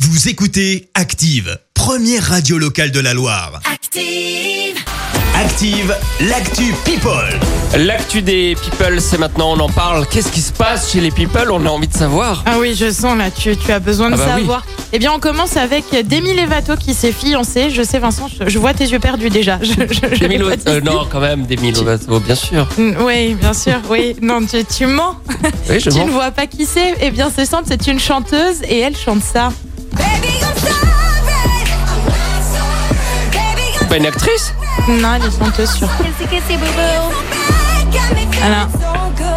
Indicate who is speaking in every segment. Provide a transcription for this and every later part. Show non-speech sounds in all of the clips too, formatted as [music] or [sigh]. Speaker 1: Vous écoutez Active, première radio locale de la Loire.
Speaker 2: Active.
Speaker 1: Active, l'actu People.
Speaker 3: L'actu des people, c'est maintenant, on en parle. Qu'est-ce qui se passe chez les people On a envie de savoir.
Speaker 4: Ah oui, je sens là, tu, tu as besoin de
Speaker 3: Ah bah oui.
Speaker 4: savoir. Eh bien, on commence avec Demi Levato qui s'est fiancée. Je sais, Vincent, je, je vois tes yeux perdus déjà. Je, je- je
Speaker 3: Des mille
Speaker 4: l'ai pas
Speaker 3: autres- euh, non, quand même, des mille autres- oh, bien sûr.
Speaker 4: dit. Mm, Oui, bien sûr, oui. Non, tu, tu mens.
Speaker 3: Oui, Ah, je
Speaker 4: tu
Speaker 3: mens.
Speaker 4: ne vois pas qui c'est. Eh bien, c'est simple, c'est une chanteuse et elle chante ça.
Speaker 3: C'est pas une actrice
Speaker 4: Non, elle est chanteuse sur. Alain,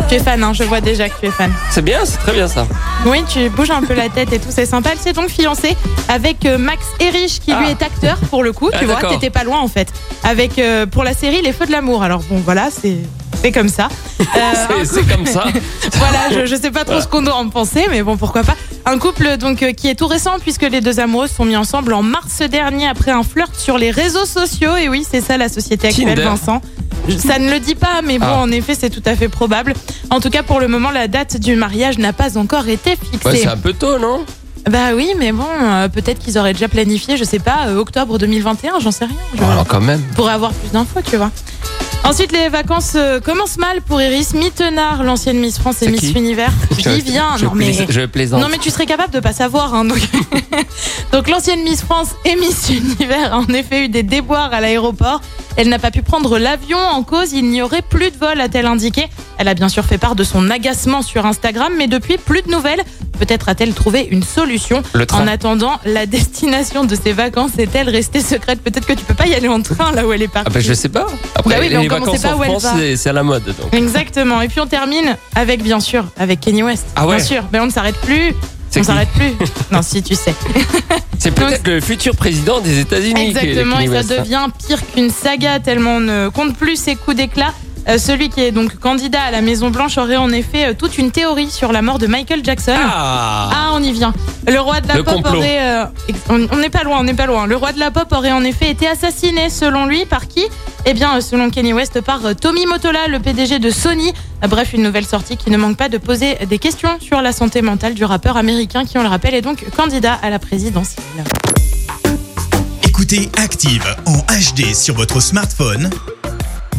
Speaker 4: tu es fan, hein, je vois déjà que tu es fan.
Speaker 3: C'est bien, c'est très bien ça.
Speaker 4: Oui, tu bouges un peu la tête et tout, c'est sympa. Elle s'est donc fiancée avec euh, Max Erich, qui lui
Speaker 3: Ah.
Speaker 4: est acteur pour le coup.
Speaker 3: Ah,
Speaker 4: Tu vois,
Speaker 3: d'accord.
Speaker 4: t'étais pas loin en fait. Avec euh, pour la série Les Feux de l'amour. Alors bon, voilà, c'est c'est
Speaker 3: [laughs]
Speaker 4: comme ça. Euh,
Speaker 3: C'est-
Speaker 4: un
Speaker 3: C'est
Speaker 4: couple-
Speaker 3: comme
Speaker 4: [laughs]
Speaker 3: ça.
Speaker 4: voilà, je, je sais pas trop ce qu'on doit en penser, mais bon, pourquoi pas. Un couple donc euh, qui est tout récent puisque les deux amoureux se sont mis ensemble en mars dernier après un flirt sur les réseaux sociaux. Et oui, c'est ça la société actuelle,
Speaker 3: Tinder.
Speaker 4: Vincent. Je- Ça ne le dit pas, mais bon,
Speaker 3: Ah.
Speaker 4: en effet, c'est tout à fait probable. En tout cas, pour le moment, la date du mariage n'a pas encore été fixée.
Speaker 3: Ouais, c'est un peu tôt, non
Speaker 4: Bah oui, mais bon, euh, peut-être qu'ils auraient déjà planifié, je sais pas, euh, octobre 2021, j'en sais rien. Je-
Speaker 3: Alors quand même.
Speaker 4: Pour avoir plus d'infos, tu vois. Ensuite, les vacances euh, commencent mal pour Iris Mittenard, l'ancienne Miss France et
Speaker 3: C'est
Speaker 4: Miss
Speaker 3: qui
Speaker 4: Univers. J'y viens,
Speaker 3: je,
Speaker 4: non mais...
Speaker 3: plais- je plaisante.
Speaker 4: Non mais tu serais capable de pas savoir. hein, donc [laughs] donc l'ancienne Miss France et Miss [laughs] Univers a en effet eu des déboires à l'aéroport. Elle n'a pas pu prendre l'avion en cause, il n'y aurait plus de vol, a-t-elle indiqué. Elle a bien sûr fait part de son agacement sur Instagram, mais depuis plus de nouvelles. Peut-être a-t-elle trouvé une solution.
Speaker 3: Le train.
Speaker 4: En attendant, la destination de ses vacances est-elle restée secrète Peut-être que tu peux pas y aller en train là où elle est partie.
Speaker 3: Ah bah je sais pas. Après,
Speaker 4: Bah oui, mais
Speaker 3: les
Speaker 4: on commençait
Speaker 3: vacances
Speaker 4: pas
Speaker 3: en
Speaker 4: où elle
Speaker 3: France,
Speaker 4: va.
Speaker 3: c'est- c'est à la mode. Donc.
Speaker 4: Exactement. Et puis on termine avec, bien sûr, avec Kenny West.
Speaker 3: Ah ouais.
Speaker 4: Bien sûr. Mais on ne s'arrête plus.
Speaker 3: C'est
Speaker 4: On
Speaker 3: qui
Speaker 4: s'arrête plus. non, si,
Speaker 3: [laughs]
Speaker 4: tu sais.
Speaker 3: C'est peut-être le futur président des États-Unis. qui est- hein?
Speaker 4: Exactement.
Speaker 3: qui
Speaker 4: Et
Speaker 3: nous
Speaker 4: ça
Speaker 3: met ça.
Speaker 4: devient pire qu'une saga, tellement on ne compte plus ses coups d'éclat. Euh, celui qui est donc candidat à la Maison-Blanche aurait en effet euh, toute une théorie sur la mort de Michael Jackson.
Speaker 3: Ah
Speaker 4: Ah, on y vient. Le roi de la
Speaker 3: Le
Speaker 4: pop
Speaker 3: complot.
Speaker 4: aurait. euh, ex- on on n'est pas loin, on n'est pas loin. Le roi de la pop aurait en effet été assassiné, selon lui, par qui Eh bien, euh, selon Kenny West, par euh, Tommy Motola, le PDG de Sony. Euh, Bref, une nouvelle sortie qui ne manque pas de poser des questions sur la santé mentale du rappeur américain, qui, on le rappelle, est donc candidat à la présidentielle.
Speaker 1: Écoutez Active en HD sur votre smartphone,